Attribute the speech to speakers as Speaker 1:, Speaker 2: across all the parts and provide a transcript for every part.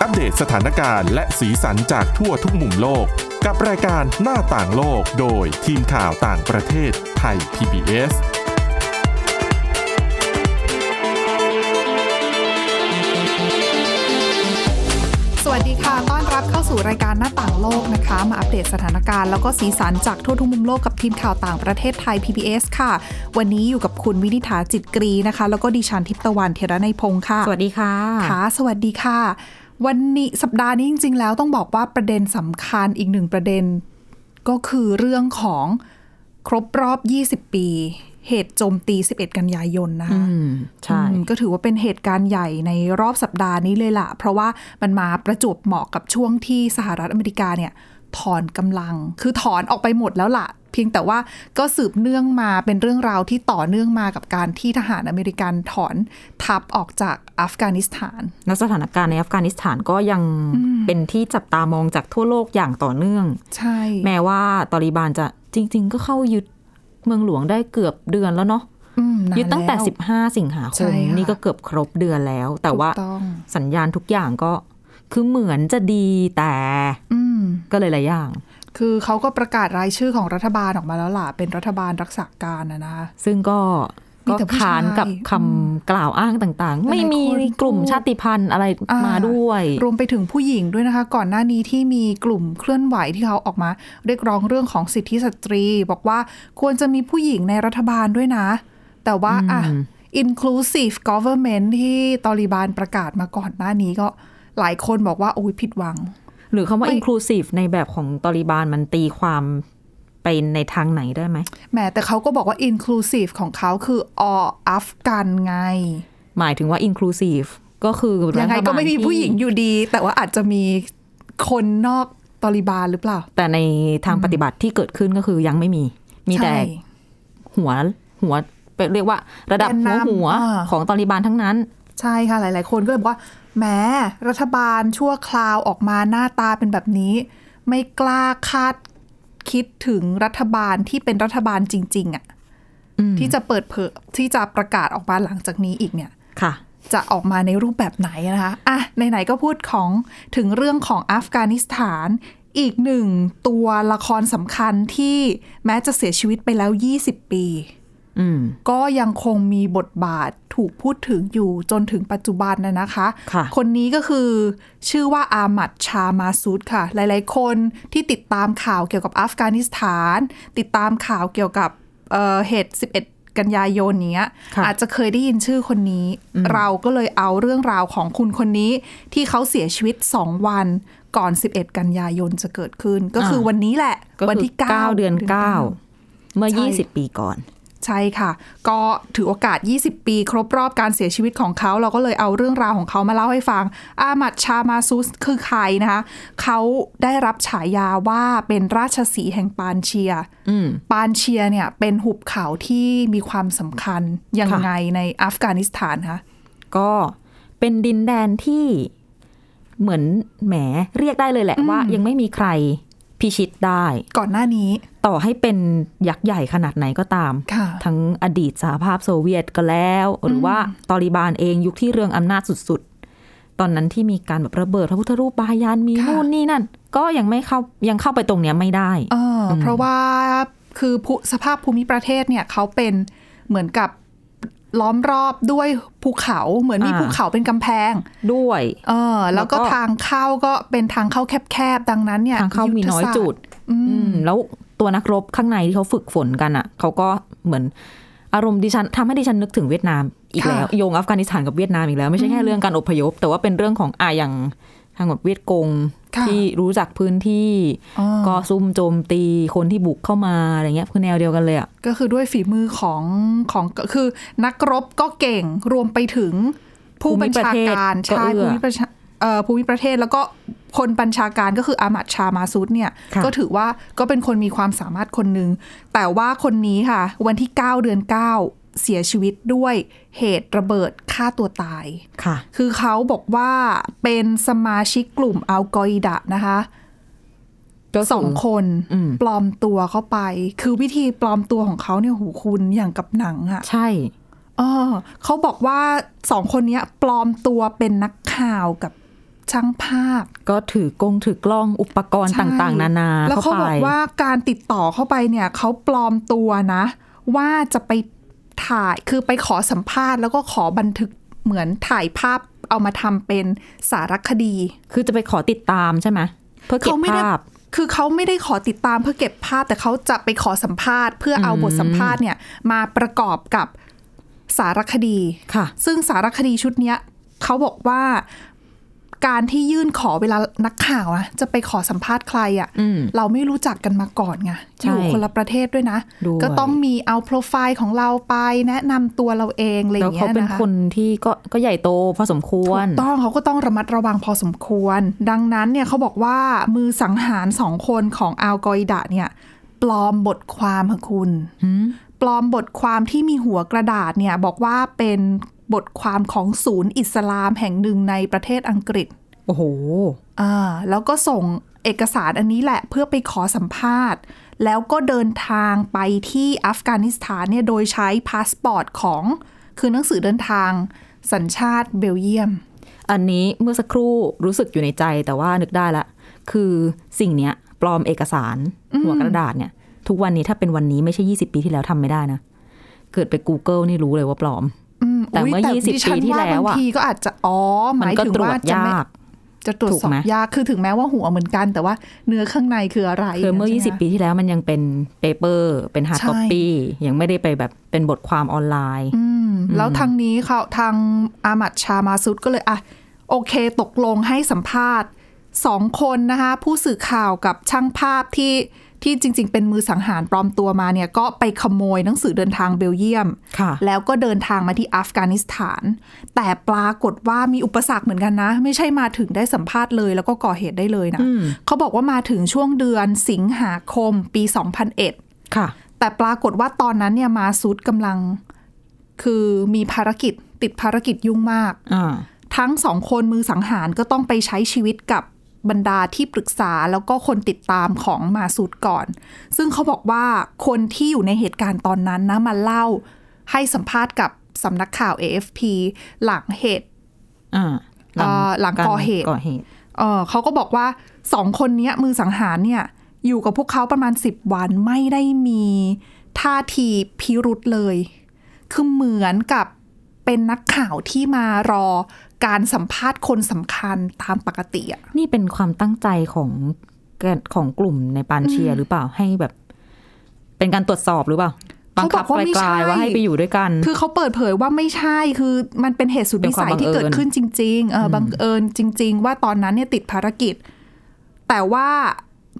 Speaker 1: อัปเดตสถานการณ์และสีสันจากทั่วทุกมุมโลก กับรายการหน้าต่างโลกโดยทีมข่าวต่างประเทศไทย PBS
Speaker 2: สวัสดีค่ะ ต้อนรับเข้าสู่รายการหน้าต่างโลกนะคะ มาอัปเดตสถานการณ์แล้วก็สีสันจากทั่วทุกมุมโลกกับทีมข่าวต่างประเทศไทย PBS ค่ะ วันนี้อยู่กับคุณวินิฐาจิตกรีนะคะ แล้วก็ดิฉันทิพย์ตะวันเทระในยพงค์ค่ะ
Speaker 3: สวัสดีค่ะ
Speaker 2: ค่ะสวัสดีค่ะ วันนี้สัปดาห์นี้จริง ๆ แล้วต้องบอกว่าประเด็นสำคัญอีกหนึ่งประเด็น ก็คือเรื่องของครบรอบ 20 ปี เหตุโจมตี 11 กันยายนนะคะ
Speaker 3: อืม ใช่
Speaker 2: อืมก็ถือว่าเป็นเหตุการณ์ใหญ่ในรอบสัปดาห์นี้เลยล่ะ เพราะว่ามันมาประจวบเหมาะกับช่วงที่สหรัฐอเมริกาเนี่ย ถอนกำลัง คือถอนออกไปหมดแล้วล่ะ เพียงแต่ว่าก็สืบเนื่องมาเป็นเรื่องราวที่ต่อเนื่องมากับการที่ทหารอเมริกันถอนทัพออกจากอัฟกานิสถาน
Speaker 3: และสถานการณ์ในอัฟกานิสถานก็ยังเป็นที่จับตามองจากทั่วโลกอย่างต่อเนื่อง
Speaker 2: ใช่
Speaker 3: แม้ว่าตอริบานจะจริง ๆ ก็เข้ายึดเมืองหลวงได้เกือบเดือนแล้วเนาะ
Speaker 2: อืมนาน
Speaker 3: ยึดตั้งแต่
Speaker 2: ล้ว
Speaker 3: 15 สิงหาค
Speaker 2: ใช่
Speaker 3: ม
Speaker 2: ค่ะ
Speaker 3: นี่ก็เกือบครบเดือนแล้ว แต่
Speaker 2: ถูก
Speaker 3: ว่า
Speaker 2: ต้อง
Speaker 3: สัญญาณทุกอย่างก็คือเหมือนจะดีแต่
Speaker 2: อืม
Speaker 3: ก็เลยหลายอย่าง
Speaker 2: คือเขาก็ประกาศรายชื่อของรัฐบาลออกมาแล้วล่ะ เป็นรัฐบาลรักษาการนะนะคะ
Speaker 3: ซึ่งก็
Speaker 2: มี
Speaker 3: ก็
Speaker 2: แต่ผู้ชาย
Speaker 3: ค้านกับคำกล่าวอ้างต่างๆ ไม่มี
Speaker 2: หลายคน
Speaker 3: กลุ่ม
Speaker 2: พูด
Speaker 3: ชาติพันธุ์อะไร
Speaker 2: อ่าม
Speaker 3: มาด้วย
Speaker 2: รวมไปถึงผู้หญิงด้วยนะคะ ก่อนหน้านี้ที่มีกลุ่มเคลื่อนไหวที่เขาออกมา เรียกร้องเรื่องของสิทธิสตรี บอกว่าควรจะมีผู้หญิงในรัฐบาลด้วยนะ แต่ว่าอ่ะ inclusive government ที่ตอริบานประกาศมาก่อนหน้านี้ก็หลายคนบอกว่า โอ้ยผิดหวัง
Speaker 3: หรือคำว่า
Speaker 2: ไม่
Speaker 3: inclusive ในแบบของตอริบานมันตีความไปในทางไหนได้ไหม
Speaker 2: แหมแต่เขาก็บอกว่า inclusive ของเขาคือ all Afghan ไง
Speaker 3: หมายถึงว่า inclusive ก็คือรัฐบาล
Speaker 2: ยังไงก็ไม่มี
Speaker 3: ที่
Speaker 2: ผู้หญิงอยู่ดี แต่ว่าอาจจะมีคนนอกตอริบานหรือเปล่า
Speaker 3: แต่ในทางปฏิบัติที่เกิดขึ้นก็คือยังไม่มี มีแต่
Speaker 2: ใช่
Speaker 3: หัวหัวเรียกว่าระดับ
Speaker 2: แกน
Speaker 3: หั
Speaker 2: ำ
Speaker 3: วนหัว
Speaker 2: อ่า
Speaker 3: ของตอริบานทั้งนั้น
Speaker 2: ใช่ค่ะ หลาย ๆ คนก็เลยบอกว่าแหมรัฐบาลชั่วคราวออกมาหน้าตาเป็นแบบนี้ ไม่กล้าคาดคิดถึงรัฐบาลที่เป็นรัฐบาลจริง ๆอะ่ะที่จะเปิดเผยที่จะประกาศออกมาหลังจากนี้อีกเนี่ย
Speaker 3: ค่ะ
Speaker 2: จะออกมาในรูปแบบไหนนะคะอ่ะไหน ๆ ก็พูดของถึงเรื่องของอัฟกานิสถาน อีกหนึ่งตัวละครสำคัญที่แม้จะเสียชีวิตไปแล้ว 20 ปี
Speaker 3: อืม
Speaker 2: ก็ยังคงมีบทบาทถูกพูดถึงอยู่จนถึงปัจจุบันนะนะคะ
Speaker 3: ค่ะ
Speaker 2: คนนี้ก็คือชื่อว่าอาหมัดชามาซูดค่ะ หลายๆ คนที่ติดตามข่าวเกี่ยวกับอัฟกานิสถาน ติดตามข่าวเกี่ยวกับเอ่อเหตุ 11 กันยายนเนี้ย
Speaker 3: ค่ะ
Speaker 2: อาจจะเคยได้ยินชื่อคนนี้ เราก็เลยเอาเรื่องราวของคุณคนนี้ ที่เขาเสียชีวิต 2 วันก่อน 11 กันยายนจะเกิดขึ้น ก็คือวันนี้แหละ
Speaker 3: ก็
Speaker 2: วัน
Speaker 3: คือ
Speaker 2: ที่ 9
Speaker 3: เก้าเดือนเก้าเมื่อ
Speaker 2: ใช่
Speaker 3: ยี่สิบปีก่อน
Speaker 2: ใช่ค่ะ ก็ถือโอกาส 20 ปี ครบรอบการเสียชีวิตของเขา เราก็เลยเอาเรื่องราวของเขามาเล่าให้ฟัง อาหมัดชามาซุสคือใครนะคะ เขาได้รับฉายาว่าเป็นราชสีห์แห่งปานเชีย
Speaker 3: อืม
Speaker 2: ปานเชียเนี่ยเป็นหุบเขาที่มีความสำคัญยัง
Speaker 3: ค่ะ
Speaker 2: ไงในอัฟกานิสถานคะ
Speaker 3: ก็เป็นดินแดนที่เหมือนแหมเรียกได้เลยแหละว่า ยังไม่มีใครพิชิตได้
Speaker 2: ก่อนหน้านี้
Speaker 3: ต่อให้เป็นยักษ์ใหญ่ขนาดไหนก็ตาม
Speaker 2: ค่ะ
Speaker 3: ทั้งอดีตสหภาพโซเวียตก็แล้ว หรือว่าตอริบานเองยุคที่เรืองอำนาจสุดๆ ตอนนั้นที่มีการแบบระเบิดพระพุทธรูปบายันมี
Speaker 2: ค่ะ
Speaker 3: นู่นนี่นั่น ก็ยังไม่เข้ายังเข้าไปตรงเนี้ยไม่ได้
Speaker 2: เอออเพราะว่าคือภูสภาพภูมิประเทศเนี่ยเขาเป็นเหมือนกับล้อมรอบด้วยภูเขาเหมือนมี
Speaker 3: อ่า
Speaker 2: ภูเขาเป็นกำแพง
Speaker 3: ด้วย
Speaker 2: เออ
Speaker 3: แล้
Speaker 2: แล้ว ว
Speaker 3: ก็
Speaker 2: ก็ทางเข้าก็เป็นทางเข้าแคบๆ ดังนั้นเนี่ย
Speaker 3: ทางเข้ามีน้อยจุด
Speaker 2: ทธศาสตร์อื
Speaker 3: อื
Speaker 2: ม
Speaker 3: มแล้วตัวนักรบข้างในที่เขาฝึกฝนกันอ่ะเขาก็เหมือนอารมณ์ดิฉันทำให้ดิฉันนึกถึงเวียดนามอีกแล้ว โยงอัฟกานิสถานกับเวียดนามอีกแล้วไม่ใช่แค่เรื่องการอพยพ แต่ว่าเป็นเรื่องของอาอย่างทางแบบเวียดกง
Speaker 2: ค่ะ
Speaker 3: ที่รู้จักพื้นที่
Speaker 2: อ๋อ
Speaker 3: ก็ซุ่มโจมตีคนที่บุกเข้ามาอะไรเงี้ยคือแนวเดียวกันเลยอ่ะ
Speaker 2: ก็คือด้วยฝีมือของของคือนักรบก็เก่งรวมไปถึงผู้บัญชาการ
Speaker 3: ภู
Speaker 2: ใช่
Speaker 3: มิประ
Speaker 2: ภูมิป
Speaker 3: เทศก็เอื้อ
Speaker 2: ระชาเอ่อภูมิประเทศแล้วก็คนบัญชาการก็คืออามัดชามาซุดเนี่ย
Speaker 3: ค่ะ
Speaker 2: ก็ถือว่าก็เป็นคนมีความสามารถคนหนึ่งแต่ว่าคนนี้ค่ะ วันที่ 9 เดือน 9 เสียชีวิตด้วยเหตุระเบิดฆ่าตัวตาย
Speaker 3: ค่ะ
Speaker 2: คือเขาบอกว่าเป็นสมาชิกกลุ่มอัลกออิดะนะคะ สองคน
Speaker 3: อืม
Speaker 2: ปลอมตัวเข้าไป คือวิธีปลอมตัวของเขาเนี่ยหูคุณอย่างกับหนังอะ
Speaker 3: ใช่
Speaker 2: เออเขาบอกว่าสองคนเนี้ยปลอมตัวเป็นนักข่าวกับ ช่างภาพ
Speaker 3: ก็ถือกล้องถือกล้องอุปกรณ์
Speaker 2: ใช่
Speaker 3: ต่างๆ นานา
Speaker 2: แล้วเขา
Speaker 3: เข้า
Speaker 2: บ
Speaker 3: ไป
Speaker 2: อกว่าการติดต่อเข้าไปเนี่ยเขาปลอมตัวนะ ว่าจะไปถ่ายคือไปขอสัมภาษณ์ แล้วก็ขอบันทึกเหมือนถ่ายภาพเอามาทำเป็นสารคดี
Speaker 3: คือจะไปขอติดตามใช่ไหมเพื่อเก็บ
Speaker 2: เขาไม่ได้
Speaker 3: ภาพ
Speaker 2: คือเขาไม่ได้ขอติดตามเพื่อเก็บภาพ แต่เขาจะไปขอสัมภาษณ์ เพื่อเอาบทสัมภาษณ์เนี่ยมาประกอบกับสารคดี
Speaker 3: ค่ะ
Speaker 2: ซึ่งสารคดีชุดเนี้ยเขาบอกว่าการที่ยื่นขอเวลานักข่าวนะจะไปขอสัมภาษณ์ใครอะ่ะ
Speaker 3: อืม
Speaker 2: เราไม่รู้จักกันมาก่อนไง
Speaker 3: ใช่
Speaker 2: อยู่คนละประเทศด้วยนะ
Speaker 3: ด้วย
Speaker 2: ก็ต้องมีเอาโปรไฟล์ของเราไปแนะนำตัวเราเองอะไรอ
Speaker 3: แล้ว
Speaker 2: ย่างเงี้
Speaker 3: เขา
Speaker 2: ย
Speaker 3: เป็น
Speaker 2: นะคะ
Speaker 3: คนที่ก็ก็ใหญ่โตพอสมควร
Speaker 2: ถูกต้องเขาก็ต้องระมัดระวังพอสมควร ดังนั้นเนี่ยเขาบอกว่ามือสังหารสองคนของอัลกออิดะเนี่ย ปลอมบทความค่ะคุณ ปลอมบทความที่มีหัวกระดาษเนี่ยบอกว่าเป็นบทความของศูนย์อิสลามแห่งหนึ่งในประเทศอังกฤษ
Speaker 3: โอ้โห
Speaker 2: อ่าแล้วก็ส่งเอกสารอันนี้แหละเพื่อไปขอสัมภาษณ์ แล้วก็เดินทางไปที่อัฟกานิสถานเนี่ยโดยใช้พาสปอร์ตของคือหนังสือเดินทางสัญชาติเบลเยียม
Speaker 3: อันนี้เมื่อสักครู่รู้สึกอยู่ในใจแต่ว่านึกได้ละ คือสิ่งเนี้ย ปลอมเอกสารหัวกระดาษเนี่ย ทุกวันนี้ถ้าเป็นวันนี้ไม่ใช่ 20 ปีที่แล้วทำไม่ได้นะ เกิดไป Google นี่รู้เลยว่าปลอม
Speaker 2: อืม
Speaker 3: แต่เมื่อ
Speaker 2: อุ๊ย
Speaker 3: 20
Speaker 2: ดิฉัน
Speaker 3: ปีที่แล้
Speaker 2: าบา
Speaker 3: ว
Speaker 2: ง
Speaker 3: อะ
Speaker 2: ทีก็อาจจะอ๋อห
Speaker 3: มัน
Speaker 2: มาย
Speaker 3: ก็
Speaker 2: ถึง
Speaker 3: ตรว
Speaker 2: ว่า
Speaker 3: จ
Speaker 2: จะไม่
Speaker 3: ยาก
Speaker 2: จะตรวจ
Speaker 3: ถูก
Speaker 2: สอบ
Speaker 3: ไหม
Speaker 2: ยากคือถึงแม้ว่าหัวเหมือนกัน แต่ว่าเนื้อข้างในคืออะไร
Speaker 3: คือเมื่อ
Speaker 2: ใช่ไห
Speaker 3: 20
Speaker 2: คะ
Speaker 3: ปีที่แล้วมันยังเป็นเปเปอร์เป็น hard
Speaker 2: ใช่
Speaker 3: copy ยังไม่ได้ไปแบบเป็นบทความออนไลน์
Speaker 2: อืมแล้วทางนี้เขาทางอามัดชามาซุดก็เลยอ่ะโอเคตกลงให้สัมภาษณ์สองคนนะคะผู้สื่อข่าวกับช่างภาพที่ที่จริง ๆ เป็นมือสังหารปลอมตัวมาเนี่ยก็ไปขโมยหนังสือเดินทางเบลเยียม
Speaker 3: ค่ะ
Speaker 2: แล้วก็เดินทางมาที่อัฟกานิสถาน แต่ปรากฏว่ามีอุปสรรคเหมือนกันนะ ไม่ใช่มาถึงได้สัมภาษณ์เลย แล้วก็ก่อเหตุได้เลยนะ
Speaker 3: อืม
Speaker 2: เขาบอกว่ามาถึงช่วงเดือนสิงหาคมปี 2001
Speaker 3: ค่ะ
Speaker 2: แต่ปรากฏว่าตอนนั้นเนี่ยมาซุดกำลังคือมีภารกิจติดภารกิจยุ่งมาก
Speaker 3: อ่า
Speaker 2: ทั้งสองคนมือสังหารก็ต้องไปใช้ชีวิตกับบรรดาที่ปรึกษาแล้วก็คนติดตามของมาซูดก่อน ซึ่งเขาบอกว่าคนที่อยู่ในเหตุการณ์ตอนนั้นนะมาเล่าให้สัมภาษณ์กับสำนักข่าว AFP หลังเหตุ
Speaker 3: อ่า
Speaker 2: เอ่อหลังก่อเหตุ
Speaker 3: ก่อเหตุ
Speaker 2: เอ่อเขาก็บอกว่าสองคนเนี้ยมือสังหารเนี่ยอยู่กับพวกเขาประมาณ 10 วันไม่ได้มีท่าทีพิรุษเลย คือเหมือนกับเป็นนักข่าวที่มารอการสัมภาษณ์คนสำคัญตามปกติอะ
Speaker 3: นี่เป็นความตั้งใจของแกนของกลุ่มในปานเชียหรือเปล่าให้แบบ เป็นการตรวจสอบหรือเปล่าบังคับ
Speaker 2: เขาบอกว่าไม่
Speaker 3: ไกล
Speaker 2: ใช่
Speaker 3: ๆว่าให้ไปอยู่ด้วยกัน
Speaker 2: คือเขาเปิดเผยว่าไม่ใช่คือมันเป็นเหตุสุดวิสัยที่เกิดขึ้นจริง ๆ เออบังเอิญจริง ๆ ว่าตอนนั้นเนี่ยติดภารกิจ แต่ว่า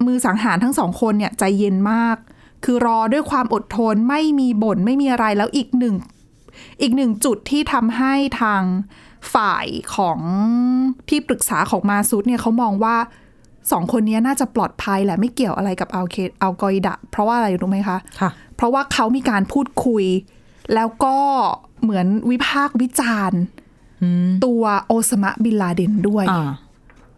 Speaker 2: มือสังหารทั้งสองคนเนี่ยใจเย็นมาก คือรอด้วยความอดทนไม่มีบ่นไม่มีอะไรแล้วอีกหนึ่ง อีกหนึ่งจุดที่ทำให้ทางฝ่ายของที่ปรึกษาของมาซุดเนี่ยเขามองว่าสองคนเนี้ยน่าจะปลอดภัยแหละไม่เกี่ยวอะไรกับอัลเคอัลกออิดะเพราะว่าอะไรรู้ไหมคะ
Speaker 3: ค่ะ
Speaker 2: เพราะว่าเขามีการพูดคุย แล้วก็เหมือนวิพากษ์วิจารณ์ตัวโอสมะบินลาเดนด้วย
Speaker 3: อ่า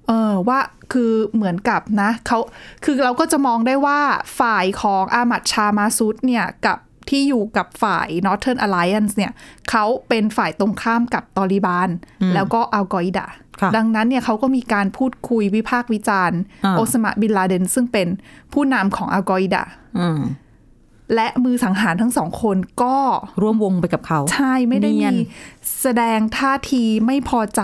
Speaker 2: เออว่าคือเหมือนกับนะเขาคือเราก็จะมองได้ว่าฝ่ายของอามัดชามาซุดเนี่ยกับที่อยู่กับฝ่าย Northern Alliance เนี่ยเขาเป็นฝ่ายตรงข้ามกับตอริบาน แล้วก็อัลกออิดะ
Speaker 3: ค่ะ
Speaker 2: ดังนั้นเนี่ยเขาก็มีการพูดคุยวิพากษ์วิจารณ์โอสมะบินลาเดนซึ่งเป็นผู้นำของอัลกออิดะ
Speaker 3: อืม
Speaker 2: และมือสังหารทั้งสองคนก็
Speaker 3: ร่วมวงไปกับเขา
Speaker 2: ใช่ไม่ได้
Speaker 3: เนีย
Speaker 2: มี
Speaker 3: น
Speaker 2: แสดงท่าทีไม่พอใจ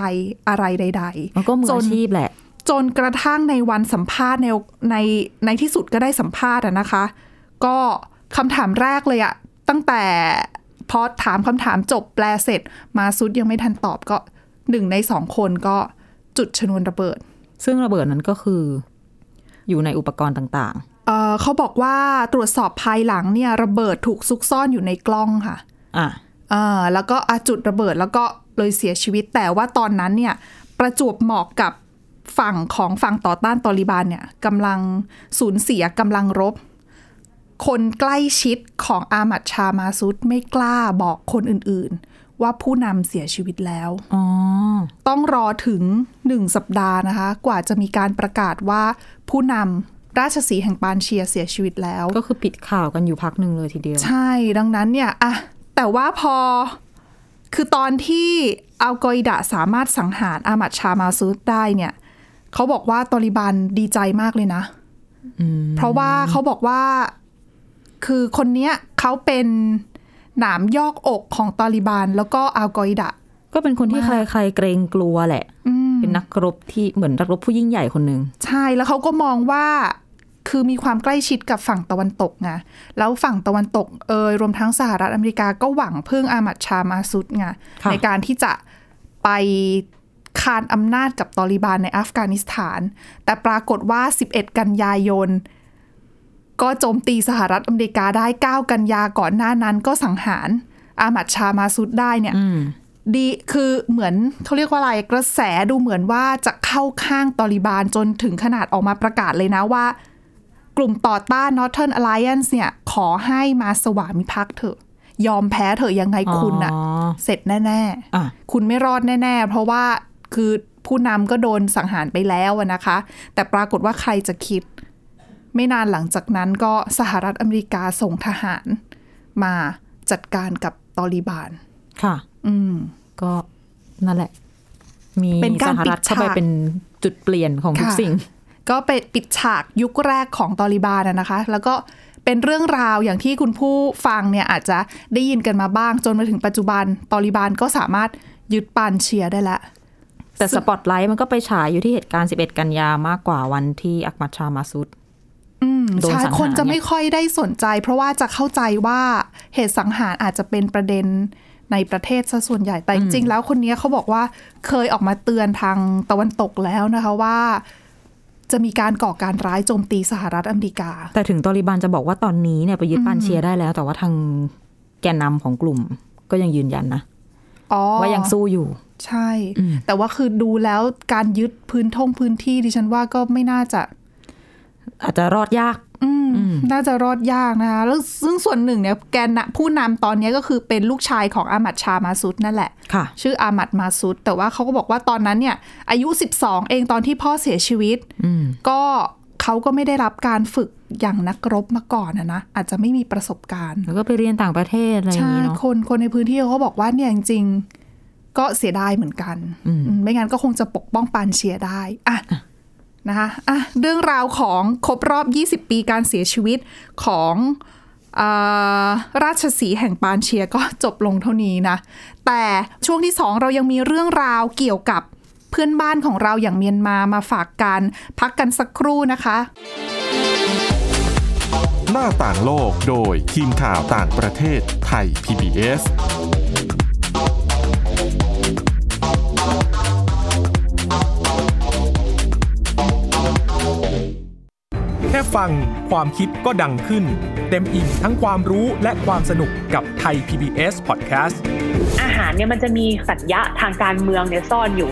Speaker 2: อะไรใด
Speaker 3: มันก็มือ
Speaker 2: จน
Speaker 3: อาชีพแหละ
Speaker 2: ๆ จนกระทั่งในวันสัมภาษณ์ในในในที่สุดก็ได้สัมภาษณ์อะนะคะ ก็คำถามแรกเลยอะตั้งแต่พอถามคำถามจบแปลเสร็จ มาซุดยังไม่ทันตอบก็หนึ่งในสองคนก็จุดชนวนระเบิด
Speaker 3: ซึ่งระเบิดนั้นก็คือ อยู่ในอุปกรณ์ต่าง
Speaker 2: เอ่อเขาบอกว่าตรวจสอบภายหลังเนี่ยระเบิดถูกซุกซ่อนอยู่ในกล้องค่ะ
Speaker 3: ๆ อ่ะ
Speaker 2: อ่าแล้วก็อาจุดระเบิดแล้วก็เลยเสียชีวิตแต่ว่าตอนนั้นเนี่ยประจวบเหมาะกับฝั่งของฝั่งต่อต้านตอริบานเนี่ยกำลังสูญเสียกำลังรบ คนใกล้ชิดของอามัดชามาซุดไม่กล้าบอกคนอื่นๆ ว่าผู้นำเสียชีวิตแล้ว
Speaker 3: อ๋อ
Speaker 2: ต้องรอถึงหนึ่งสัปดาห์นะคะ กว่าจะมีการประกาศว่าผู้นำราชสีห์แห่งปานเชียเสียชีวิตแล้ว
Speaker 3: ก็คือปิดข่าวกันอยู่พักหนึ่งเลยทีเดียว
Speaker 2: ใช่ดังนั้นเนี่ยอะแต่ว่าพอ คือตอนที่อัลกออิดะสามารถสังหารอามัดชามาซูดได้เนี่ยเขาบอกว่าตอริบันดีใจมากเลยนะ เพราะว่าเขาบอกว่าคือคนเนี้ยเขาเป็นหนามยอกอกของตอริบันแล้วก็อัลกออิดะ
Speaker 3: ก็เป็นคนที่ใครใครๆเกรงกลัวแหละ
Speaker 2: อืม
Speaker 3: เป็นนักรบที่เหมือนนักรบผู้ยิ่งใหญ่คนหนึ่ง
Speaker 2: ใช่แล้วเขาก็มองว่าคือมีความใกล้ชิดกับฝั่งตะวันตกไงแล้วฝั่งตะวันตกเอยรวมทั้งสหรัฐอเมริกาก็หวังพึ่งอามัดชามาซุดไง
Speaker 3: ค่ะ
Speaker 2: ในการที่จะไปคานอำนาจกับตอริบานในอัฟกานิสถาน แต่ปรากฏว่า 11 กันยายน ก็โจมตีสหรัฐอเมริกาได้ 9 กันยาก่อนหน้านั้นก็สังหารอามัดชามาซุดได้เนี่ย
Speaker 3: อืม
Speaker 2: ดีคือเหมือนเขาเรียกว่าอะไรกระแสดูเหมือนว่าจะเข้าข้างตอริบานจนถึงขนาดออกมาประกาศเลยนะว่า กลุ่มต่อต้าน Northern Alliance เนี่ย ขอให้มาสวามิภักดิ์เถอะ ยอมแพ้เถอะยังไงคุณอะ
Speaker 3: อ๋อ
Speaker 2: เสร็จแน่
Speaker 3: อ่ะ
Speaker 2: ๆ คุณไม่รอดแน่ ๆ เพราะว่าคือผู้นำก็โดนสังหารไปแล้วอะนะคะ แต่ปรากฏว่าใครจะคิด ไม่นานหลังจากนั้นก็สหรัฐอเมริกาส่งทหารมาจัดการกับตอริบาน
Speaker 3: ค่ะ
Speaker 2: อืม
Speaker 3: ก็นั่นแหละ มี
Speaker 2: เป็น
Speaker 3: ส
Speaker 2: การ
Speaker 3: ห
Speaker 2: ปิ
Speaker 3: รั
Speaker 2: ด
Speaker 3: ฐเข้าไป
Speaker 2: ฉาก
Speaker 3: เป็นจุดเปลี่ยนของทุก
Speaker 2: ค่ะ
Speaker 3: สิ่ง
Speaker 2: ก็เป็นปิดฉากยุคแรกของตอริบานอะนะคะ แล้วก็เป็นเรื่องราวอย่างที่คุณผู้ฟังเนี่ยอาจจะได้ยินกันมาบ้างจนมาถึงปัจจุบันตอริบานก็สามารถยึดปานเชียได้แล้ว
Speaker 3: แต่สปอตไลท์มันก็ไปฉายอยู่ที่เหตุการณ์ 11 กันยามากกว่าวันที่อักมัดชามาซุด
Speaker 2: อืม
Speaker 3: โดน
Speaker 2: ใช่
Speaker 3: สังหาร
Speaker 2: คนจะ
Speaker 3: เนี่ย
Speaker 2: ไม่ค่อยได้สนใจ เพราะว่าจะเข้าใจว่าเหตุสังหารอาจจะเป็นประเด็นในประเทศซะส่วนใหญ่แต่จริงๆแล้วคนเนี้ยเขาบอกว่าเคยออกมาเตือนทางตะวันตกแล้วนะคะว่า จะมีการก่อการร้ายโจมตีสหรัฐอเมริกา
Speaker 3: แต่ถึงตอริบานจะบอกว่าตอนนี้เนี่ยไปยึดปานเชียได้แล้ว แต่ว่าทางแกนนำของกลุ่ม ก็ยังยืนยันนะ
Speaker 2: อ๋อ
Speaker 3: ว่ายังสู้อยู่
Speaker 2: ใช่ แต่ว่าคือดูแล้วการยึดพื้นท่องพื้นที่ดิฉันว่าก็ไม่น่าจะ
Speaker 3: อาจจะรอดยาก
Speaker 2: อืมน่าจะรอดยากนะคะแล้วซึ่งส่วนหนึ่งเนี่ยแกนนะผู้นำตอนเนี้ยก็คือเป็นลูกชายของอามัดชามาซุดนั่นแหละ
Speaker 3: ค่ะ
Speaker 2: ชื่ออามัดมาซุดแต่ว่าเขาก็บอกว่าตอนนั้นเนี่ย อายุ 12 เองตอนที่พ่อเสียชีวิต
Speaker 3: อืม
Speaker 2: ก็เขาก็ไม่ได้รับการฝึกอย่างนักรบมาก่อนนะนะอาจจะไม่มีประสบการณ์
Speaker 3: แล้วก็ไปเรียนต่างประเทศอะไรอย่าง
Speaker 2: ใช่
Speaker 3: นี้เนาะ
Speaker 2: คนคนในพื้นที่เขาก็บอกว่าเนี่ยจริงๆก็เสียดายเหมือนกัน
Speaker 3: อืม
Speaker 2: อืมไม่งั้นก็คงจะปกป้องปานเชียได้อะนะคะอ่ะเรื่องราวของครบรอบ 20 ปีการเสียชีวิตของเออราชสีห์แห่งปานเชียก็ จบลงเท่านี้นะ แต่ช่วงที่ 2 เรายังมีเรื่องราวเกี่ยวกับเพื่อนบ้านของเราอย่างเมียนมามาฝากกันพักกันสักครู่นะคะ
Speaker 1: หน้าต่างโลกโดยทีมข่าวต่างประเทศไทย PBS
Speaker 4: แค่ฟังความคิดก็ดังขึ้น เต็มอิ่งทั้งความรู้และความสนุกกับไทย PBS Podcast
Speaker 5: อาหารเนี่ยมันจะมีสัญญะทางการเมืองเนี่ยซ่อนอยู่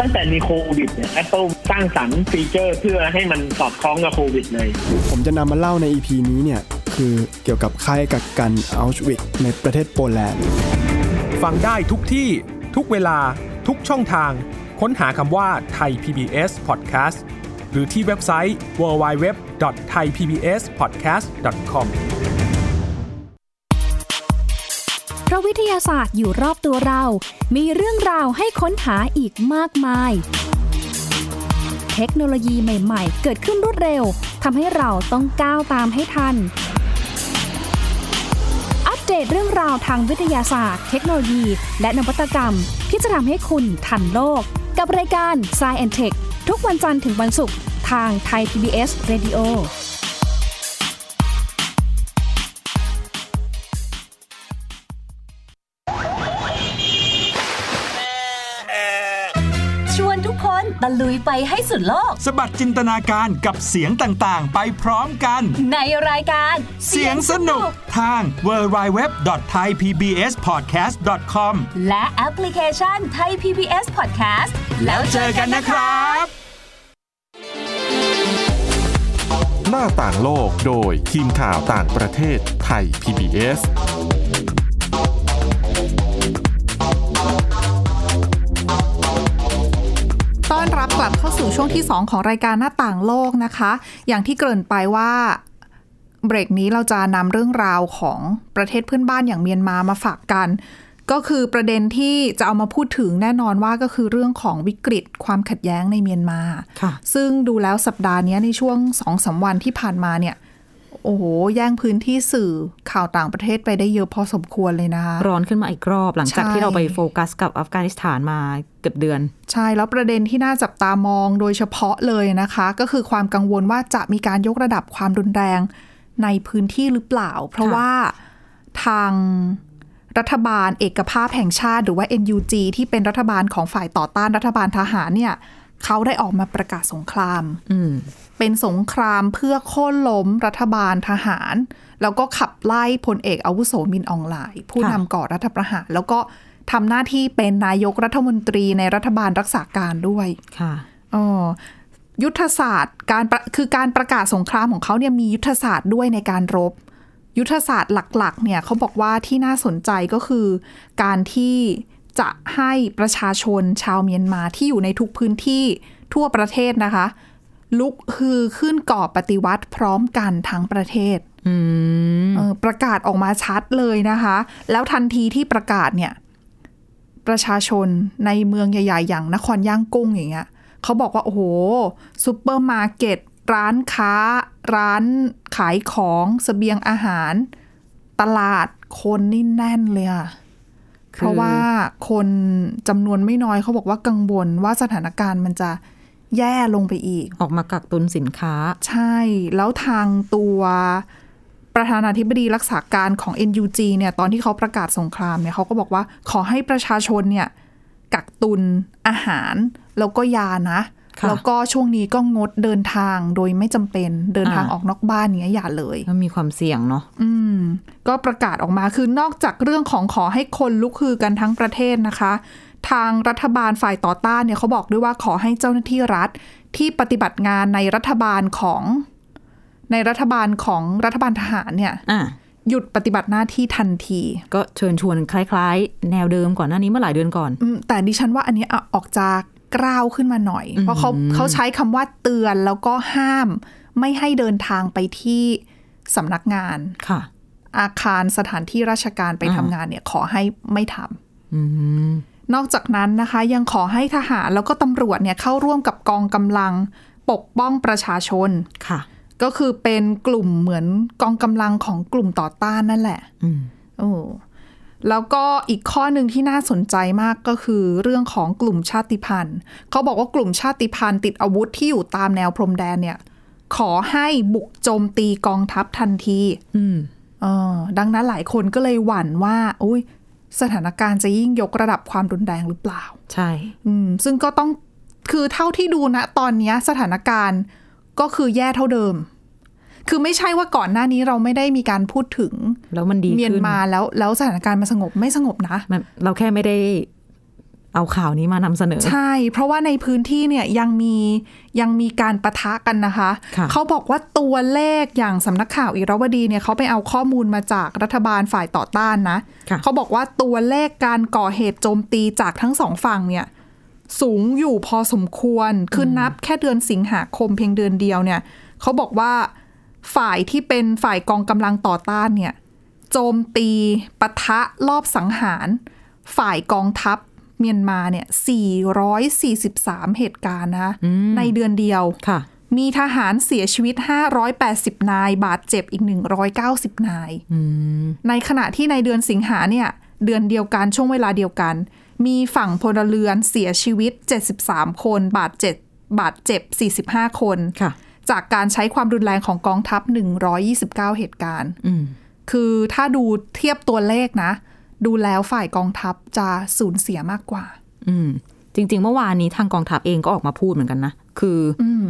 Speaker 6: ตั้งแต่มีโควิดเนี่ย Apple สร้างสรรค์ฟีเจอร์เพื่อให้มันสอดคล้องกับโควิดเลย
Speaker 7: ผมจะนำมาเล่าใน EP นี้เนี่ย คือเกี่ยวกับค่ายกักกันอัลชวิกในประเทศโปแลนด์
Speaker 4: ฟังได้ทุกที่ ทุกเวลา ทุกช่องทาง ค้นหาคำว่าไทย PBS Podcast หรือที่เว็บไซต์ www.thaipbspodcast.com
Speaker 8: เพราะวิทยาศาสตร์อยู่รอบตัวเรา มีเรื่องราวให้ค้นหาอีกมากมาย เทคโนโลยีใหม่ ๆ เกิดขึ้นรวดเร็ว ทำให้เราต้องก้าวตามให้ทัน อัปเดตเรื่องราวทางวิทยาศาสตร์ เทคโนโลยี และนวัตกรรม ที่จะทำให้คุณทันโลก กับรายการ s c i e n t e c h ทุกวันจันทร์ถึงวันศุกร์ทางไทย PBS Radio
Speaker 9: ชวนทุกคนตะลุยไปให้สุดโลก
Speaker 4: สบัดจินตนาการกับเสียงต่างๆ ไปพร้อมกัน
Speaker 9: ในรายการ
Speaker 4: เสียงสนุกทาง www.thaipbspodcast.com
Speaker 9: และแอปพลิเคชันไทย PBS Podcast
Speaker 10: แล้วเจอกันนะครับ
Speaker 1: หน้าต่างโลกโดยทีมข่าวต่างประเทศไทย PBS
Speaker 2: ต้อนรับกลับเข้าสู่ช่วงที่ 2 ของรายการหน้าต่างโลกนะคะ อย่างที่เกริ่นไปว่า เบรกนี้เราจะนำเรื่องราวของประเทศเพื่อนบ้านอย่างเมียนมามาฝากกัน ก็คือประเด็นที่จะเอามาพูดถึงแน่นอนว่าก็คือเรื่องของวิกฤตความขัดแย้งในเมียนมา ซึ่งดูแล้วสัปดาห์เนี้ยในช่วงสองสามวันที่ผ่านมาเนี่ย โอ้โห แย่งพื้นที่สื่อข่าวต่างประเทศไปได้เยอะพอสมควรเลยนะคะ
Speaker 3: ร้อนขึ้นมาอีกรอบหลังจาก
Speaker 2: ใช่
Speaker 3: ที่เราไปโฟกัสกับอัฟกานิสถานมาเกือบเดือน
Speaker 2: ใช่แล้วประเด็นที่น่าจับตามองโดยเฉพาะเลยนะคะ ก็คือความกังวลว่าจะมีการยกระดับความรุนแรงในพื้นที่หรือเปล่า เพราะว่าทางรัฐบาลเอกภาพแห่งชาติหรือว่า NUG ที่เป็นรัฐบาลของฝ่ายต่อต้านรัฐบาลทหารเนี่ยเขาได้ออกมาประกาศสงคราม
Speaker 3: อืม
Speaker 2: เป็นสงครามเพื่อโค่นล้มรัฐบาลทหาร แล้วก็ขับไล่พลเอกอาวุโสมินอองไลน์ ผู้
Speaker 3: ค่ะ
Speaker 2: นำก่อรัฐประหาร แล้วก็ทำหน้าที่เป็นนายกรัฐมนตรีในรัฐบาลรักษาการด้วย
Speaker 3: ค่ะ
Speaker 2: อ๋อยุทธศาสตร์การประคือการประกาศสงครามของเขาเนี่ยมียุทธศาสตร์ด้วยในการรบ ยุทธศาสตร์หลักๆเนี่ยเขาบอกว่าที่น่าสนใจก็คือ การที่จะให้ประชาชนชาวเมียนมาที่อยู่ในทุกพื้นที่ทั่วประเทศนะคะ ลุกฮือขึ้นก่อปฏิวัติพร้อมกันทั้งประเทศเออประกาศออกมาชัดเลยนะคะ แล้วทันทีที่ประกาศเนี่ย ประชาชนในเมืองใหญ่ ๆ อย่างนครย่างกุ้งอย่างเงี้ยเขาบอกว่าโอ้โหซูเปอร์มาร์เก็ต ร้านค้า ร้านขายของเสบียงอาหาร ตลาดคนนี่แน่นเลยอะเพ
Speaker 3: คือ
Speaker 2: ราะว่าคนจำนวนไม่น้อยเขาบอกว่ากังวลว่าสถานการณ์มันจะแย่ลงไปอีก
Speaker 3: ออกมากักตุนสินค้า
Speaker 2: ใช่ แล้วทางตัวประธานาธิบดีรักษาการของ NUG เนี่ยตอนที่เขาประกาศสงครามเนี่ยเขาก็บอกว่าขอให้ประชาชนเนี่ยกักตุนอาหาร แล้วก็ยานะ
Speaker 3: ค่ะ
Speaker 2: แล้วก็ช่วงนี้ก็งดเดินทางโดยไม่จำเป็นเดินทาง
Speaker 3: อ่า
Speaker 2: ออกนอกบ้านเนี้ยอย่าเลย
Speaker 3: แล้วมีความเสี่ยงเนาะ
Speaker 2: อืม ก็ประกาศออกมาคือนอกจากเรื่องของขอให้คนลุกฮือกันทั้งประเทศนะคะ ทางรัฐบาลฝ่ายต่อต้านเนี่ยเขาบอกด้วยว่าขอให้เจ้าหน้าที่รัฐ ที่ปฏิบัติงานในรัฐบาลของ ในรัฐบาลของรัฐบาลทหารเนี่ย
Speaker 3: อ่ะ
Speaker 2: หยุดปฏิบัติหน้าที่ทันที
Speaker 3: ก็เชิญชวนคล้ายๆ แนวเดิมก่อนหน้านี้เมื่อหลายเดือนก่อน
Speaker 2: อืมแต่ดิฉันว่าอันนี้อ่ะออกจากกล้าวขึ้นมาหน่อย เพราะเขาเขาใช้คำว่าเตือนแล้วก็ห้าม ไม่ให้เดินทางไปที่สำนักงาน
Speaker 3: ค่ะ
Speaker 2: อาคารสถานที่ราชการไปทำงานเนี่ยขอให้ไม่ทำนอกจากนั้นนะคะ ยังขอให้ทหารแล้วก็ตำรวจเนี่ยเข้าร่วมกับกองกำลังปกป้องประชาชน
Speaker 3: ค่ะ
Speaker 2: ก็คือเป็นกลุ่มเหมือนกองกำลังของกลุ่มต่อต้านนั่นแหละ
Speaker 3: อืม
Speaker 2: โอ้แล้วก็อีกข้อหนึ่งที่น่าสนใจมากก็คือเรื่องของกลุ่มชาติพันธุ์เขาบอกว่ากลุ่มชาติพันธุ์ติดอาวุธที่อยู่ตามแนวพรมแดนเนี่ย ขอให้บุกโจมตีกองทัพทันที
Speaker 3: อืม
Speaker 2: เออดังนั้นหลายคนก็เลยหวั่นว่าอุยสถานการณ์จะยิ่งยกระดับความรุนแรงหรือเปล่า
Speaker 3: ใช่
Speaker 2: อืม ซึ่งก็ต้องคือเท่าที่ดูนะตอนเนี้ยสถานการณ์ก็คือแย่เท่าเดิม คือไม่ใช่ว่าก่อนหน้านี้เราไม่ได้มีการพูดถึง
Speaker 3: แล้วมันดี
Speaker 2: เมียน
Speaker 3: ขึ้น
Speaker 2: มาแล้วแล้วสถานการณ์มันสงบไม่สงบนะ
Speaker 3: มันเราแค่ไม่ได้เอาข่าวนี้มานำเสนอ
Speaker 2: ใช่ เพราะว่าในพื้นที่เนี่ยยังมียังมีการประทะกันนะคะ
Speaker 3: ค่ะ
Speaker 2: เขาบอกว่าตัวเลขอย่างสำนักข่าวอิรวดีเนี่ยเขาไปเอาข้อมูลมาจากรัฐบาลฝ่ายต่อต้านนะ
Speaker 3: ค่ะ
Speaker 2: เขาบอกว่าตัวเลขการก่อเหตุโจมตีจากทั้งสองฝั่งเนี่ยสูงอยู่พอสมควร คือนับแค่เดือนสิงหาคมเพียงเดือนเดียวเนี่ยเขาบอกว่าฝ่ายที่เป็นฝ่ายกองกำลังต่อต้านเนี่ยโจมตีปะทะรอบสังหาร ฝ่ายกองทัพเมียนมาเนี่ย 443 เหตุการณ์นะในเดือนเดียว
Speaker 3: ค่ะ
Speaker 2: มีทหารเสียชีวิต 580 นาย บาดเจ็บอีก 190 นาย ในขณะที่ในเดือนสิงหาเนี่ย เดือนเดียวกันช่วงเวลาเดียวกัน มีฝั่งพลเรือนเสียชีวิต 73 คน บาดเจ็บบาดเจ็บ 45 คน
Speaker 3: ค่ะ
Speaker 2: จากการใช้ความรุนแรงของกองทัพ 129 เหตุการณ์
Speaker 3: อืม
Speaker 2: คือถ้าดูเทียบตัวเลขนะ ดูแล้วฝ่ายกองทัพจะสูญเสียมากกว่า
Speaker 3: อืม จริง ๆ เมื่อวานนี้ทางกองทัพเองก็ออกมาพูดเหมือนกันนะ คือ
Speaker 2: อืม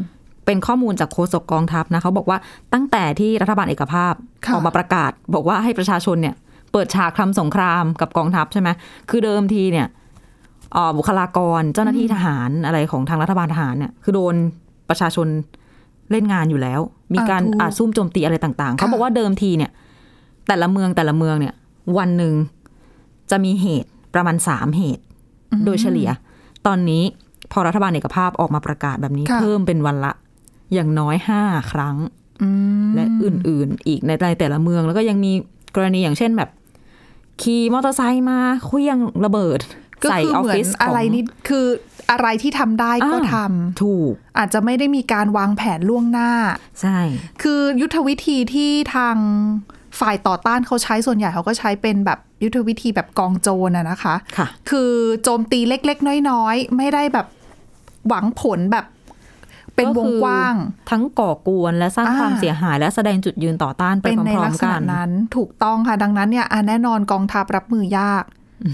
Speaker 3: เป็นข้อมูลจากโฆษกกองทัพนะเขาบอกว่าตั้งแต่ที่รัฐบาลเอกภาพ
Speaker 2: ค่ะ
Speaker 3: ออกมาประกาศ บอกว่าให้ประชาชนเนี่ย เปิดฉากคำสงครามกับกองทัพใช่ไหมคือเดิมทีเนี่ย เอ่อบุคลากรเจ้าหน้าที่ทหารอะไรของทางรัฐบาลทหารเนี่ยคือโดนประชาชนเล่นงานอยู่แล้ว มีการ
Speaker 2: อ่าถูก
Speaker 3: อาจซุ่มโจมตีอะไรต่างๆ เขาบอกว่าเดิมทีเนี่ย แต่ละเมืองแต่ละเมืองเนี่ย วันหนึ่งจะมีเหตุประมาณสามเหตุ โดยเฉลี่ย ตอนนี้พอรัฐบาลเอกภาพออกมาประกาศแบบนี้
Speaker 2: ค่ะ
Speaker 3: เพิ่มเป็นวันละ อย่างน้อยห้าครั้ง
Speaker 2: อืม
Speaker 3: และอื่นๆ อีกในแต่ละเมืองแล้วก็ยังมีกรณีอย่างเช่นแบบ ขี่มอเตอร์ไซค์มาเคลื่องระเบิด
Speaker 2: ก็
Speaker 3: ใส่
Speaker 2: คือ
Speaker 3: ออฟ
Speaker 2: เหมือ
Speaker 3: ฟิ
Speaker 2: น
Speaker 3: ศข
Speaker 2: อะ
Speaker 3: อง
Speaker 2: ไรนี่คืออะไรที่ทำได้ก็ทำ
Speaker 3: ถูก
Speaker 2: อาจจะไม่ได้มีการวางแผนล่วงหน้า
Speaker 3: ใช่
Speaker 2: คือยุทธวิธีที่ทางฝ่ายต่อต้านเขาใช้ส่วนใหญ่เขาก็ใช้เป็นแบบยุทธวิธีแบบกองโจรอะนะคะ
Speaker 3: ค่ะ
Speaker 2: คือโจมตีเล็ก ๆ น้อย ๆ ไม่ได้แบบหวังผลแบบเป็นวงกว้าง
Speaker 3: ก็คือทั้งก่อกวนและสร้าง
Speaker 2: อ่า
Speaker 3: ความเสียหายและแสดงจุดยืนต่อต้านไป
Speaker 2: เป็น
Speaker 3: พ
Speaker 2: ใน
Speaker 3: ร้อ
Speaker 2: ลั
Speaker 3: ม
Speaker 2: กษ
Speaker 3: ๆกั
Speaker 2: ณะ
Speaker 3: น
Speaker 2: นั้นถูกต้องค่ะ ดังนั้นเนี่ยอ่ะแน่นอนกองทัพรับมือยาก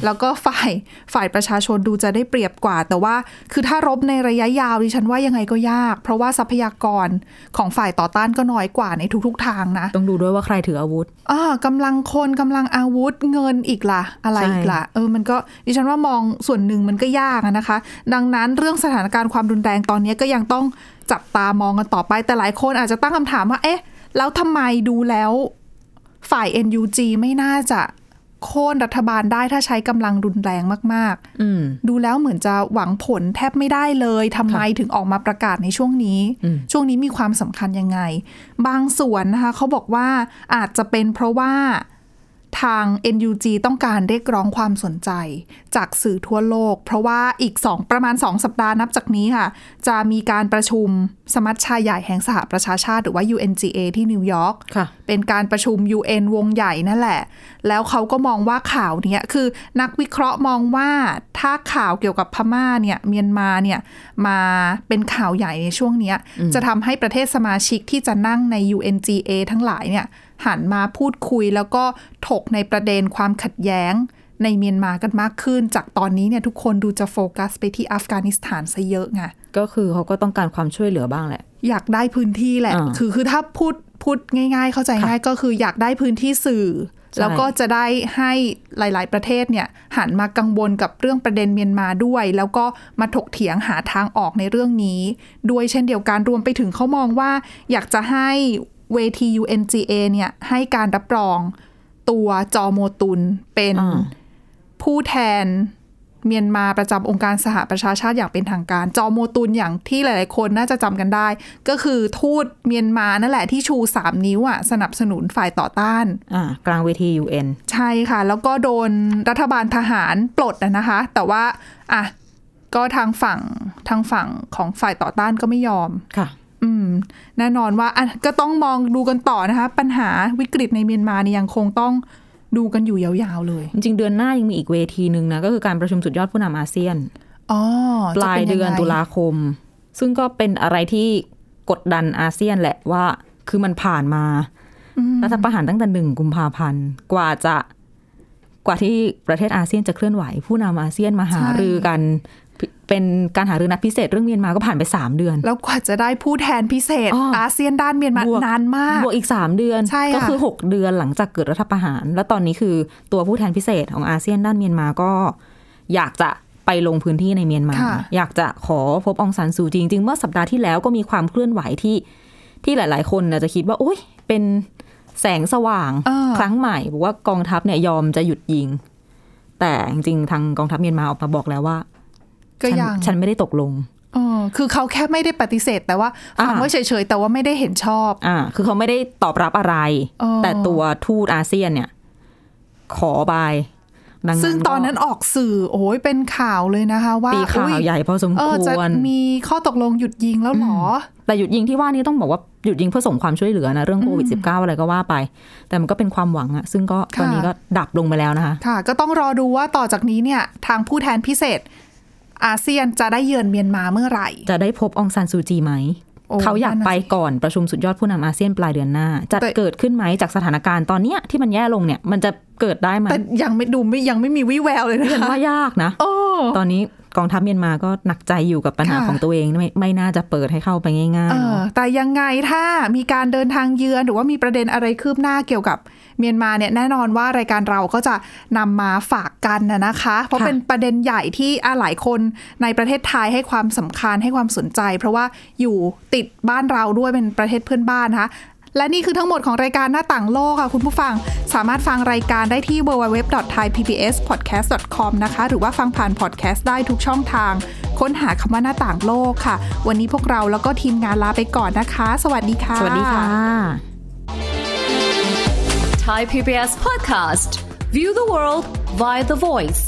Speaker 2: แล้วก็ฝ่ายฝ่ายประชาชนดูจะได้เปรียบกว่า แต่ว่าคือถ้ารบในระยะยาวดิฉันว่ายังไงก็ยาก เพราะว่าทรัพยากรของฝ่ายต่อต้านก็น้อยกว่าในทุกๆทางนะ
Speaker 3: ต้องดูด้วยว่าใครถืออาวุธ
Speaker 2: อ่ากำลังคนกำลังอาวุธเงินอีกล่ะ อะไร
Speaker 3: ใช่
Speaker 2: อีกล่ะเออมันก็ดิฉันว่ามองส่วนหนึ่งมันก็ยากอะนะคะ ดังนั้นเรื่องสถานการณ์ความรุนแรงตอนนี้ก็ยังต้องจับตามองกันต่อไปแต่หลายคนอาจจะตั้งคำถามว่าเอ๊ะ แล้วทำไมดูแล้ว ฝ่าย NUG ไม่น่าจะโค่นรัฐบาลได้ถ้าใช้กำลังรุนแรงมาก
Speaker 3: อืม
Speaker 2: ๆ ดูแล้วเหมือนจะหวังผลแทบไม่ได้เลยทำไมถึงออกมาประกาศในช่วงนี้
Speaker 3: อืม
Speaker 2: ช่วงนี้มีความสำคัญยังไง บางส่วนนะคะเขาบอกว่าอาจจะเป็นเพราะว่าทาง NUG ต้องการเรียกร้องความสนใจ จากสื่อทั่วโลก เพราะว่าอีกสองประมาณ 2 สัปดาห์นับจากนี้ค่ะ จะมีการประชุมสมัชชาใหญ่แห่งสหประชาชาติหรือว่า UNGA ที่นิวยอร์ก
Speaker 3: ค่ะ
Speaker 2: เป็นการประชุม UN วงใหญ่นั่นแหละ แล้วเขาก็มองว่าข่าวเนี้ยคือนักวิเคราะห์มองว่าถ้าข่าวเกี่ยวกับพม่าเนี่ยเมียนมาเนี่ยมาเป็นข่าวใหญ่ในช่วงเนี้ยจะทำให้ประเทศสมาชิกที่จะนั่งใน UNGA ทั้งหลายเนี่ยหันมาพูดคุยแล้วก็ถกในประเด็นความขัดแย้งในเมียนมากันมากขึ้น จากตอนนี้เนี่ยทุกคนดูจะโฟกัสไปที่อัฟกานิสถานซะเยอะไง
Speaker 3: ก็คือเขาก็ต้องการความช่วยเหลือบ้างแหละ
Speaker 2: อยากได้พื้นที่แหละ
Speaker 3: อ่า
Speaker 2: คือคือถ้าพูดพูดง่าย ๆ เข้าใจง่ายก็คืออยากได้พื้นที่สื่อ
Speaker 3: ใช่
Speaker 2: แล้วก็จะได้ให้หลาย ๆ ประเทศเนี่ยหันมากังวลกับเรื่องประเด็นเมียนมาด้วย แล้วก็มาถกเถียงหาทางออกในเรื่องนี้ ด้วยเช่นเดียวกันรวมไปถึงเขามองว่าอยากจะให้เวที UNGA เนี่ยให้การรับรองตัวจอโมตุนเป็น
Speaker 3: อ่า
Speaker 2: ผู้แทน เมียนมาประจำองค์การสหประชาชาติอย่างเป็นทางการ จอโมตุนอย่างที่หลาย ๆ คนน่าจะจำกันได้ ก็คือทูตเมียนมานั่นแหละที่ชู 3 นิ้วอ่ะสนับสนุนฝ่ายต่อต้าน
Speaker 3: อ่า กลางเวที UN
Speaker 2: ใช่ค่ะ แล้วก็โดนรัฐบาลทหารปลดนะนะคะ แต่ว่าอ่ะก็ทางฝั่งทางฝั่งของฝ่ายต่อต้านก็ไม่ยอม
Speaker 3: ค่ะ
Speaker 2: อืมแน่นอนว่าอ่ะก็ต้องมองดูกันต่อนะคะ ปัญหาวิกฤตในเมียนมาเนี่ยยังคงต้องดูกันอยู่ยาวๆเลย
Speaker 3: จริงๆเดือนหน้ายังมีอีกเวทีหนึ่งนะ ก็คือการประชุมสุดยอดผู้นำอาเซียน
Speaker 2: อ๋อ
Speaker 3: ป
Speaker 2: จะ
Speaker 3: ลาย
Speaker 2: ป็งไง
Speaker 3: เดือนตุลาคม ซึ่งก็เป็นอะไรที่กดดันอาเซียนแหละว่า คือมันผ่านมารัฐประหารตั้งแต่หนึ่งกุมภาพันธ์กว่าจะกว่าที่ประเทศอาเซียนจะเคลื่อนไหว ผู้นำอาเซียนมาหา
Speaker 2: ใช่
Speaker 3: รือกันพิเป็นการหารือนัดพิเศษเรื่องเมียนมาก็ผ่านไปสามเดือน
Speaker 2: แล้วกว่าจะได้ผู้แทนพิเศษ
Speaker 3: อ้ออ
Speaker 2: อาเซียนด้านเมียนมา
Speaker 3: บวน
Speaker 2: านมาก
Speaker 3: บวกอีกสามเดือน
Speaker 2: ใช่ค่ะ
Speaker 3: ก็คือหกเดือนหลังจากเกิดรัฐประหาร แล้วตอนนี้คือตัวผู้แทนพิเศษของอาเซียนด้านเมียนมาก็ อยากจะไปลงพื้นที่ในเมียนมา
Speaker 2: ค่ะ
Speaker 3: อยากจะขอพบองซันซูจีจริงๆเมื่อสัปดาห์ที่แล้วก็มีความเคลื่อนไหวที่ที่หลาย ๆ คนน่ะจะคิดว่าโอ๊ยเป็นแสงสว่าง
Speaker 2: เออ
Speaker 3: ครั้งใหม่บอกว่ากองทัพเนี่ยยอมจะหยุดยิง แต่จริงๆทางกองทัพเมียนมาออกมาบอกแล้วว่า
Speaker 2: ก็
Speaker 3: ฉัน
Speaker 2: ยัง
Speaker 3: ฉันไม่ได้ตกลง
Speaker 2: เออคือเขาแค่ไม่ได้ปฏิเสธแต่ว่า
Speaker 3: อ่า
Speaker 2: ฟังไว้เฉยๆ แต่ว่าไม่ได้เห็นชอบ
Speaker 3: อ่า คือเขาไม่ได้ตอบรับอะไร
Speaker 2: อ๋อ
Speaker 3: แต่ตัวทูตอาเซียนเนี่ย ขอไปดั
Speaker 2: ซึ่งตอนนั้น
Speaker 3: ก็
Speaker 2: ออกสื่อโอ้ยเป็นข่าวเลยนะคะ ว่า
Speaker 3: ตีข่า
Speaker 2: อุ๊
Speaker 3: วย ใหญ่พอสม
Speaker 2: เอ
Speaker 3: ค
Speaker 2: อจะ
Speaker 3: วร
Speaker 2: มีข้อตกลงหยุดยิงแล้วเหรอ
Speaker 3: แต่หยุดยิงที่ว่านี้ต้องบอกว่าหยุดยิงเพื่อส่งความช่วยเหลือนะ เรื่องโควิด -19 อะไรก็ว่าไป แต่มันก็เป็นความหวังอะซึ่งก็ตอนนี้
Speaker 2: ค่ะ
Speaker 3: ก็ดับลงไปแล้วนะคะ
Speaker 2: ค่ะ ก็ต้องรอดูว่าต่อจากนี้เนี่ย ทางผู้แทนพิเศษ อาเซียนจะได้เยือนเมียนมาเมื่อไหร่
Speaker 3: จะได้พบองซันซูจีไหม
Speaker 2: โอ้
Speaker 3: เขาอยากไปก่อนประชุมสุดยอดผู้นำอาเซียนปลายเดือนหน้า จะ
Speaker 2: แต่
Speaker 3: เกิดขึ้นไหมจากสถานการณ์ตอนเนี้ยที่มันแย่ลงเนี่ย มันจะเกิดได้ไหม
Speaker 2: แต่ยังไม่ดูไม่ยังไม่มีวี่แววเลยนะ
Speaker 3: ฉัน
Speaker 2: คะ
Speaker 3: ว่ายากนะ
Speaker 2: โอ้
Speaker 3: ตอนนี้ กองทัพเมียนมาก็หนักใจอยู่กับปัญหา
Speaker 2: ค่ะ
Speaker 3: ของตัวเองไม่ไม่น่าจะเปิดให้เข้าไปง่าย
Speaker 2: เออ
Speaker 3: ๆเนาะ
Speaker 2: แต่ยังไงถ้ามีการเดินทางเยือน หรือว่ามีประเด็นอะไรคืบหน้าเกี่ยวกับเมียนมาเนี่ยแน่นอนว่ารายการเราก็จะนำมาฝากกันนะนะคะ เพราะ
Speaker 3: ค่ะ
Speaker 2: เป็นประเด็นใหญ่ที่อ่ะหลายคนในประเทศไทยให้ความสำคัญให้ความสนใจ เพราะว่าอยู่ติดบ้านเราด้วยเป็นประเทศเพื่อนบ้านนะคะ และนี่คือทั้งหมดของรายการหน้าต่างโลกค่ะคุณผู้ฟังสามารถฟังรายการได้ที่ www.thaipbspodcast.com นะคะ หรือว่าฟังผ่านพอดแคสต์ได้ทุกช่องทาง ค้นหาคำว่าหน้าต่างโลกค่ะ วันนี้พวกเราแล้วก็ทีมงานลาไปก่อนนะคะ สวัสดีค่ะ
Speaker 3: สวัสดีค่ะ
Speaker 9: Thai PBS Podcast View the world via the voice